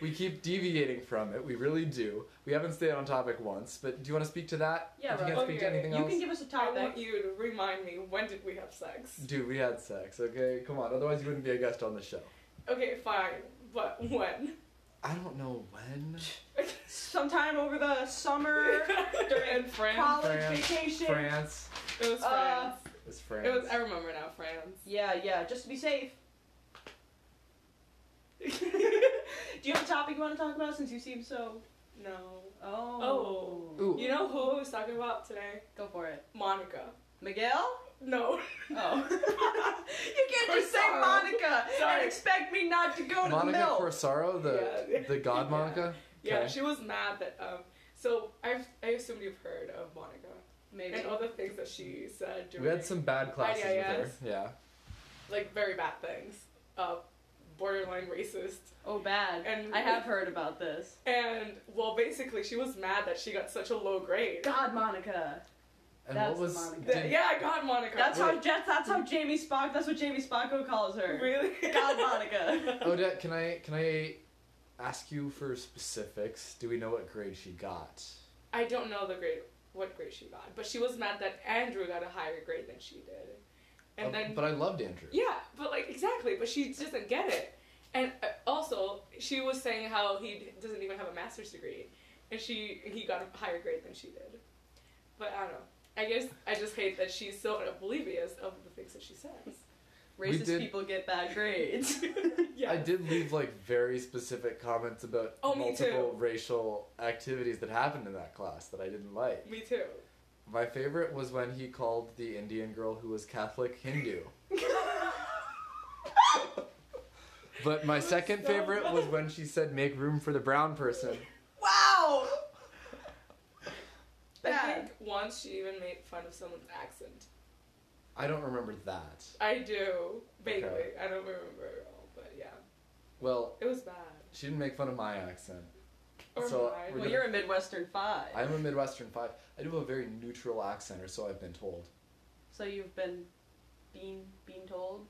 A: We keep deviating from it. We really do. We haven't stayed on topic once, but do you want to speak to that?
B: Yeah,
A: do you
B: Rob.
A: want to speak to
C: Okay.
A: anything
B: You
A: else?
B: can give us a
C: I
B: topic.
C: want you to remind me when did we have sex?
A: Dude, we had sex, okay? Come on, otherwise you wouldn't be a guest on the show.
C: Okay, fine. But when?
A: I don't know when.
B: Sometime over the summer,
C: In France.
B: college
A: France,
B: vacation.
A: France.
C: It was
B: Uh,
C: France.
A: It's France.
C: it was. I remember now. France.
B: Yeah, yeah, just to be safe. Do you have a topic you want to talk about since you seem so.
C: no.
B: Oh.
A: Ooh.
C: You know who I was talking about today?
B: Go for it.
C: Monica.
B: Miguel?
C: No.
B: Oh. you can't just say
C: Corsaro.
B: Monica
C: Sorry.
B: and expect me not to go to the
A: Monica
B: mill.
A: Corsaro, the
C: Yeah.
A: the god
C: Yeah.
A: Monica.
C: Yeah,
A: Okay.
C: she was mad that um. So I I assume you've heard of Monica
B: Maybe.
C: and all the things that she said during
A: We had some bad classes with her.
C: IIS.
A: Yeah.
C: like very bad things, uh, borderline racist,
B: Oh, bad.
C: And-
B: I have heard about this.
C: and well, basically she was mad that she got such a low grade.
B: God, Monica.
A: And
B: That's
A: what was
B: Monica.
C: That-
A: did-
C: yeah, I got Monica.
B: That's how
A: Wait.
B: Jets. That's how Jamie Spock. That's what Jamie Spocko calls her.
C: really
B: God, Monica.
A: Odette, can I can I ask you for specifics? Do we know what grade she got?
C: I don't know the grade, what grade she got, but she was mad that Andrew got a higher grade than she did, and
A: Oh,
C: then
A: but I loved Andrew.
C: Yeah, but like exactly, but she doesn't get it. And uh, also, she was saying how he d- doesn't even have a master's degree, and she he got a higher grade than she did. But I don't know. I guess I just hate that she's so oblivious of the things that she says.
A: We
B: Racist
A: did-
B: people get bad grades.
C: yeah.
A: I did leave like very specific comments about
C: Oh, me too.
A: multiple racial activities that happened in that class that I didn't like.
C: Me too.
A: My favorite was when he called the Indian girl who was Catholic Hindu. but my second
C: so
A: favorite was when she said, "Make room for the brown person."
B: wow.
C: I
B: Bad.
C: think once she even made fun of someone's accent.
A: I don't remember that.
C: I do vaguely.
A: Okay.
C: I don't remember at all, but yeah,
A: Well,
C: it was bad.
A: she didn't make fun of my accent.
C: Or
A: So,
C: mine.
A: we're
B: Well, you're a Midwestern five,
A: I'm a Midwestern five. I do have a very neutral accent, or so I've been told.
B: so you've been being being told.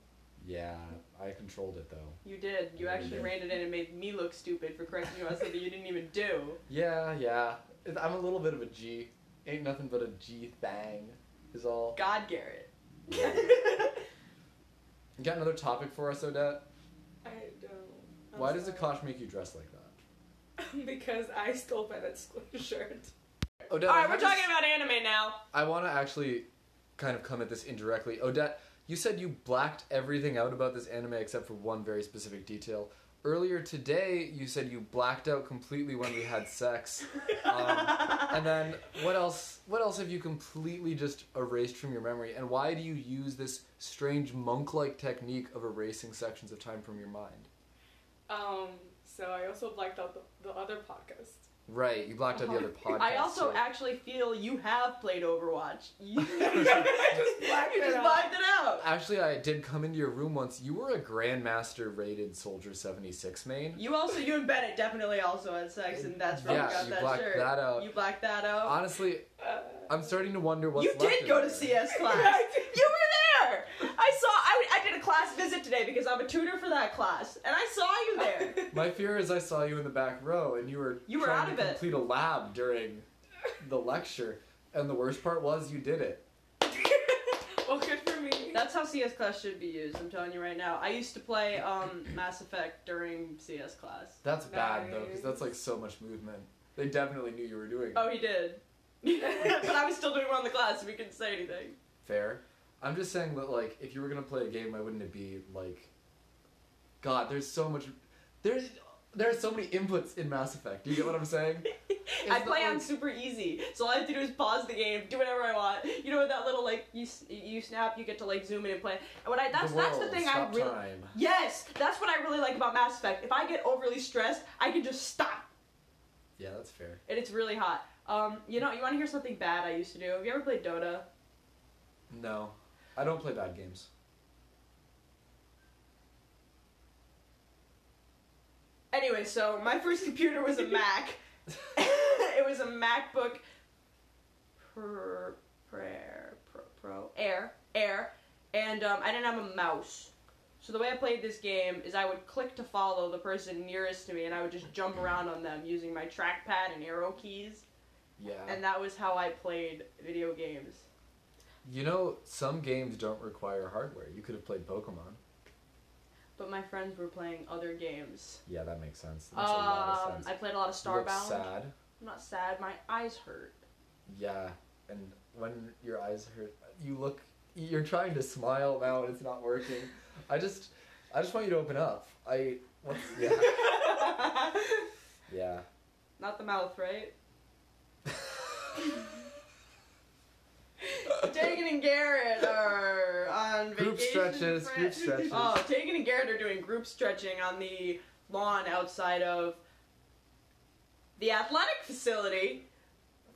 A: Yeah, I controlled it though.
B: You did. You
A: I
B: actually
A: did.
B: ran it in and made me look stupid for correcting you on something you didn't even do.
A: Yeah, yeah. It- I'm a little bit of a G. Ain't nothing but a G thang. Is all.
B: God, Garrett.
A: You got another topic for us, Odette?
C: I don't. I'm
A: Why does
C: sorry.
A: Akash make you dress like that?
C: because I stole Bennett's shirt.
A: Odette,
B: All
A: I
B: right, we're
A: have
B: talking
A: this-
B: about anime now.
A: I want to actually kind of come at this indirectly. Odette, you said you blacked everything out about this anime except for one very specific detail. Earlier today, you said you blacked out completely when we had sex. Um, and then what else? What else have you completely just erased from your memory? And why do you use this strange monk-like technique of erasing sections of time from your mind?
C: Um, so I also blacked out the, the other podcast.
A: Right, you blacked out the other podcast.
B: I also
A: too.
B: actually feel you have played Overwatch. You you
C: I just blacked it
B: just
C: out.
B: blacked it out.
A: Actually, I did come into your room once. You were a Grandmaster rated Soldier 76 main.
B: You also, you and Bennett definitely also had sex, and that's where
A: Yeah,
B: you got
A: you
B: that
A: blacked
B: shirt.
A: that out.
B: You blacked that out.
A: Honestly,
C: Uh,
A: I'm starting to wonder what's
B: you
A: left
B: did
A: of
B: go
A: it.
B: to CS class. you were there. I saw. I, I did a class visit today because I'm a tutor for that class, and I saw you there.
A: My fear is I saw you in the back row and you were
B: You were
A: trying
B: out
A: to
B: of it.
A: complete a lab during the lecture. And the worst part was you did it.
C: well, good for me.
B: That's how CS class should be used. I'm telling you right now. I used to play um, Mass Effect during CS class.
A: That's bad though, because
C: Nice.
A: that's like so much movement. They definitely knew you were doing it.
B: Oh, he did. but I was still doing one in the class, so we couldn't say anything.
A: fair. I'm just saying that like if you were gonna play a game, why wouldn't it be like God, there's so much there's there's so many inputs in Mass Effect. Do you get what I'm saying?
B: I
A: It's
B: play
A: not
B: on
A: like-
B: super easy, so all I have to do is pause the game, do whatever I want. You know that little like you s- you snap, you get to like zoom in and play. And what I that's
A: the
B: that's the
A: world,
B: thing I
A: stop
B: really
A: time.
B: yes, that's what I really like about Mass Effect. If I get overly stressed, I can just stop,
A: Yeah, that's fair.
B: and it's really hot. Um, you know, you want to hear something bad I used to do? Have you ever played Dota?
A: No. I don't play bad games.
B: Anyway, so my first computer was a Mac. it was a MacBook Pro, Prayer, Pro, Pro Air, Air, and um, I didn't have a mouse. So the way I played this game is I would click to follow the person nearest to me, and I would just jump
A: Mm-hmm.
B: around on them using my trackpad and arrow keys,
A: Yeah.
B: and that was how I played video games.
A: You know, some games don't require hardware. You could have played Pokemon.
B: But my friends were playing other games.
A: Yeah, that makes sense.
B: Um,
A: That's a lot of sense.
B: I played a lot of
A: You look
B: Starbound.
A: sad.
B: I'm not sad. My eyes hurt.
A: Yeah, and when your eyes hurt, you look. You're trying to smile now, and it's not working. I just, I just want you to open up. I. What's, yeah. yeah.
B: Not the mouth, right? Tegan and Garrett are on vacation.
A: Group stretches,
B: in
A: group
B: France.
A: stretches.
B: Oh, Tegan and Garrett are doing group stretching on the lawn outside of the athletic facility.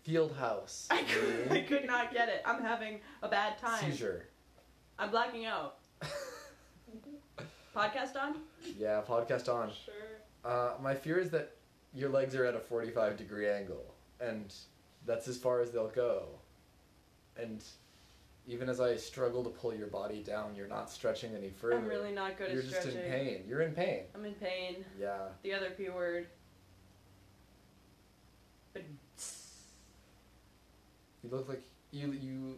A: Field house.
B: I could, I could not get it. I'm having a bad time.
A: Seizure.
B: I'm blacking out. Podcast on?
A: yeah, podcast on.
C: Sure.
A: Uh, my fear is that your legs are at a 45 degree angle, and that's as far as they'll go. And even as I struggle to pull your body down, you're not stretching any further.
B: I'm really not good
A: You're
B: at
A: just
B: stretching.
A: in pain. You're in pain.
B: I'm in pain.
A: Yeah.
B: The other P word. But
A: You look like you you.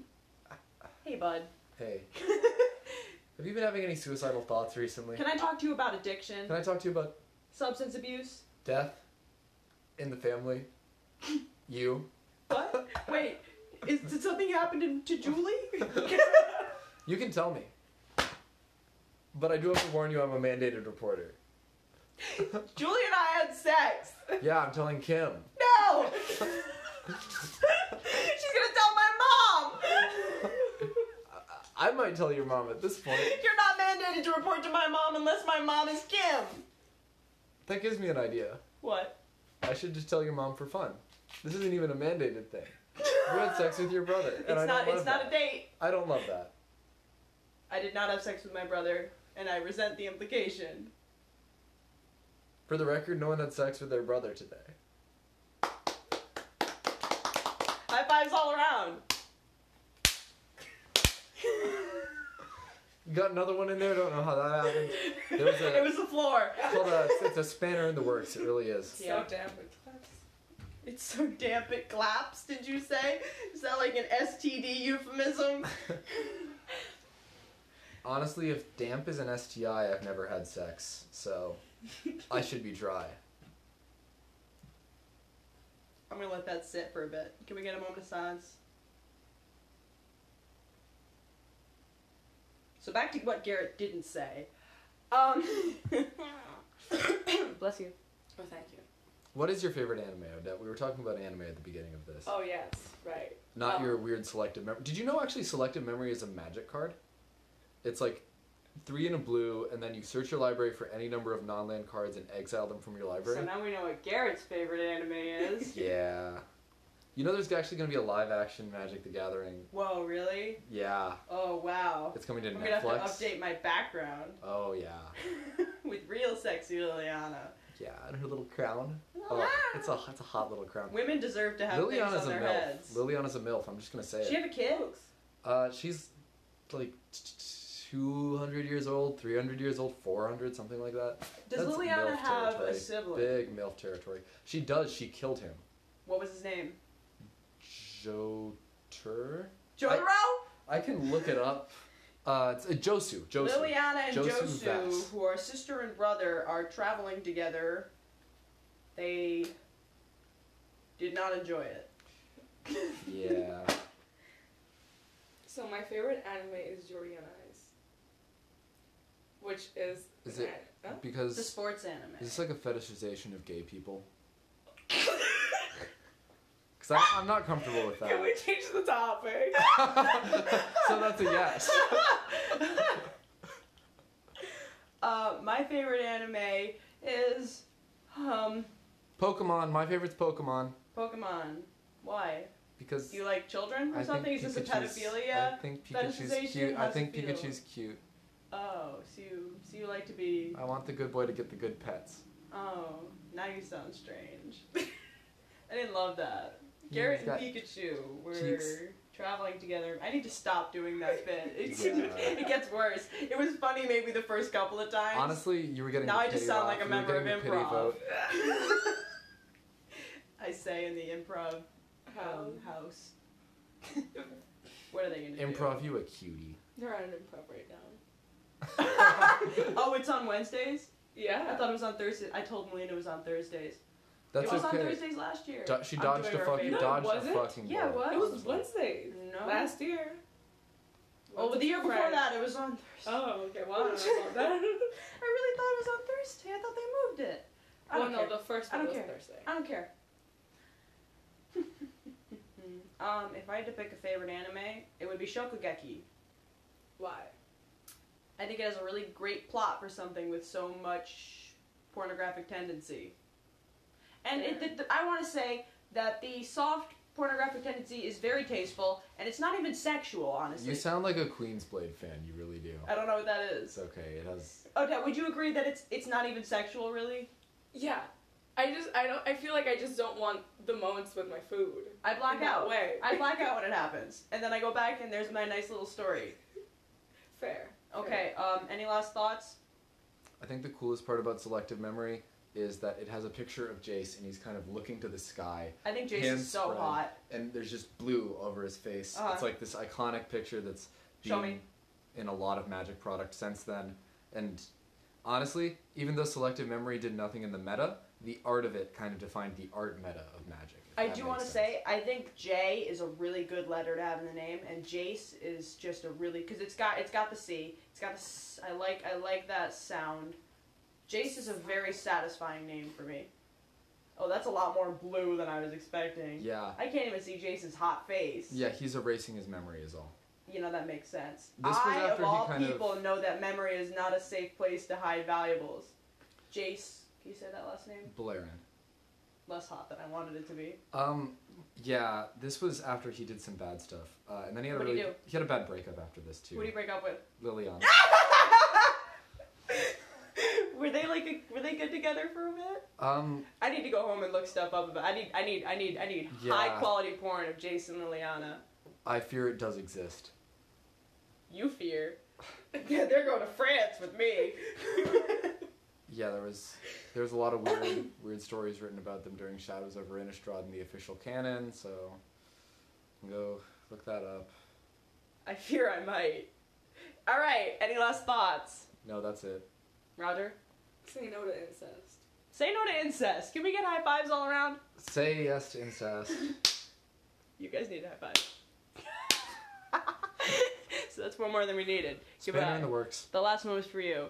B: hey, bud.
A: Hey, have you been having any suicidal thoughts recently?
B: Can I talk to you about addiction?
A: Can I talk to you about
B: Substance abuse?
A: death in the family? you.
B: What? Wait, is, did something happen to, to Julie?
A: You can tell me. But I do have to warn you, I'm a mandated reporter.
B: Julie and I had sex.
A: Yeah, I'm telling Kim.
B: No! She's gonna tell my mom!
A: I might tell your mom at this point.
B: You're not mandated to report to my mom unless my mom is Kim.
A: That gives me an idea.
B: What?
A: I should just tell your mom for fun. This isn't even a mandated thing. You had sex with your brother, and
B: It's
A: I
B: not.
A: don't love
B: It's not
A: that.
B: a date.
A: I don't love that.
B: I did not have sex with my brother, and I resent the implication.
A: For the record, no one had sex with their brother today.
B: High fives all around.
A: You got another one in there? Don't know how that happened. There was a-
B: it was the floor.
A: It's called a, it's a spanner in the works. It really is.
B: Yeah.
C: So damn with class.
B: It's so damp it claps, did you say? Is that like an STD euphemism?
A: Honestly, if damp is an STI, I've never had sex, so I should be dry.
B: I'm gonna let that sit for a bit. Can we get a moment of silence? So back to what Garrett didn't say. Um, bless you.
C: Oh, thank you.
A: What is your favorite anime, Odette? We were talking about anime at the beginning of this.
C: Oh yes, right.
A: Not
C: oh.
A: your weird selective memory. Did you know actually selective memory is a magic card? It's like three in a blue, and then you search your library for any number of non land cards and exile them from your library.
B: So now we know what Garrett's favorite anime is.
A: yeah. You know, there's actually going to be a live action Magic the Gathering.
B: Whoa, really?
A: Yeah.
B: Oh wow.
A: It's coming to
B: I'm gonna
A: Netflix.
B: have to update my background
A: Oh, yeah.
B: with real sexy Liliana.
A: Yeah, and her little crown. Oh, it's a it's a hot little crown.
B: Women deserve to have things
A: Liliana's
B: on
A: a
B: their
A: milf.
B: heads.
A: Liliana's a milf. I'm just gonna say
B: Does she
A: it.
B: have a kid?
A: Uh, she's Uh, like t- t- 200 years old, 300 years old, 400, something like that.
B: Does
A: That's
B: Liliana
A: MILF
B: have
A: territory.
B: a sibling?
A: Big MILF territory. She does. She killed him.
B: What was his name?
A: Jotur?
B: Jotaro?
A: I can look it up. Uh, it's uh, Josu. Josu.
B: Liliana and
A: Josu
B: Josu,
A: Vass.
B: who are sister and brother, are traveling together. They did not enjoy it.
A: Yeah.
C: So my favorite anime is Jorian Eyes, which is
A: Is it-
C: Huh?
A: Because
B: It's a
A: is
B: sports anime.
A: this like a fetishization of gay people? Because I'm not comfortable with
C: Can we
A: that.
C: change the topic?
A: so that's a yes.
B: Uh, my favorite anime is um,
A: Pokemon. My favorite's Pokemon
B: Pokemon. Why?
A: because
B: Do you like children or
A: I
B: something?
A: think
B: Is this a
A: Pikachu's-
B: pedophilia?
A: I think Pikachu's
B: fetishization?
A: cute. I
B: How's it
A: think
B: feel?
A: Pikachu's cute.
B: Oh, so you, so you like to be.
A: I want the good boy to get the good pets.
B: Oh, now you sound strange. I didn't love that.
A: He's
B: Garrett and
A: got-
B: Pikachu were
A: cheeks.
B: traveling together. I need to stop doing that bit. It,
A: Yeah.
B: it gets worse. It was funny maybe the first couple of times.
A: Honestly, you were getting
B: now
A: the
B: I just
A: pity
B: sound
A: laugh,
B: like a
A: you were
B: member of
A: getting the pity
B: improv.
A: vote.
B: I say in the improv
C: How?
B: um, house. what are they gonna
A: Improv, you a cutie.
C: They're on an improv right now.
B: do? Oh, it's on Wednesdays.
C: Yeah.
B: I thought it was on Thursday. I told Melina it was on Thursdays.
A: That's
B: it was
A: okay.
B: on Thursdays last year.
A: Do- she
B: I'm
A: dodged a
B: doing her
A: fucking
B: favor.
C: No, it
A: dodged a
C: wasn't.
A: fucking
C: Yeah,
A: bullet,
C: it was
A: honestly.
C: Wednesday.
B: No.
C: Last year.
B: Oh, the year before
C: Friday.
B: that it was on Thursday.
C: Oh, okay. Well, I don't know about that.
B: I really thought it was on Thursday. I thought they moved it. I
C: well,
B: don't
C: no,
B: care.
C: the first
B: I
C: one
B: don't
C: was
B: care.
C: Thursday.
B: I don't care. um, if I had to pick a favorite anime, it would be Shokugeki.
C: Why?
B: I think it has a really great plot for something with so much pornographic tendency. And it,
C: Yeah.
B: th th- I want to say that the soft pornographic tendency is very tasteful, and it's not even sexual, honestly.
A: You sound like a Queen's Blade fan, you really do.
B: I don't know what that
A: It's
B: is.
A: okay, it has.
B: Okay, Oh, would you agree that it's it's not even sexual, really?
C: Yeah. I just, I don't, I feel like I just don't want the moments with my food.
B: I black
C: In that
B: out.
C: way.
B: I black out when it happens, and then I go back and there's my nice little story.
C: Fair.
B: Okay. Um. Any last thoughts?
A: I think the coolest part about selective memory is that it has a picture of Jace and he's kind of looking to the sky
B: I think Jace
A: Hands
B: is so
A: spread.
B: hot.
A: and there's just blue over his face.
B: Uh-huh.
A: It's like this iconic picture that's been
B: Show me.
A: in a lot of magic products since then. And honestly, even though selective memory did nothing in the meta, the art of it kind of defined the art meta of magic. if
B: I
A: that
B: do
A: makes
B: want to
A: sense.
B: say I think J is a really good letter to have in the name, and Jace is just a really because it's got it's got the C. It's got the s- I like I like that sound. Jace is a very satisfying name for me. Oh, that's a lot more blue than I was expecting.
A: Yeah.
B: I can't even see Jace's hot face.
A: Yeah, he's erasing his memory, is all.
B: You know that makes sense.
A: This was
B: I
A: after
B: of
A: he
B: all
A: kind of-
B: people know that memory is not a safe place to hide valuables. Jace, can you say that last name?
A: Blaren.
B: Less hot than I wanted it to be.
A: Um, yeah, this was after he did some bad stuff, uh, and then he had a
B: What'd
A: really
B: he
A: he had a bad breakup after this too.
B: Who do you break up with?
A: Liliana.
B: were they like a, were they good together for a bit?
A: um,
B: I need to go home and look stuff up about. I need I need I need I need
A: Yeah.
B: high quality porn of Jason and Liliana.
A: I fear it does exist.
B: You fear? yeah, they're going to France with me.
A: Yeah, there was there was a lot of weird weird stories written about them during Shadows over Innistrad in the official canon, so you can go look that up.
B: I fear I might. All right. Any last thoughts,
A: No, that's it.
B: Roger?
C: Say no to incest.
B: Say no to incest. Can we get high fives all around?
A: Say yes to incest.
B: You guys need a high five. so that's one more than we needed.
A: Banner
B: Goodbye.
A: in the works.
B: The last one was for you.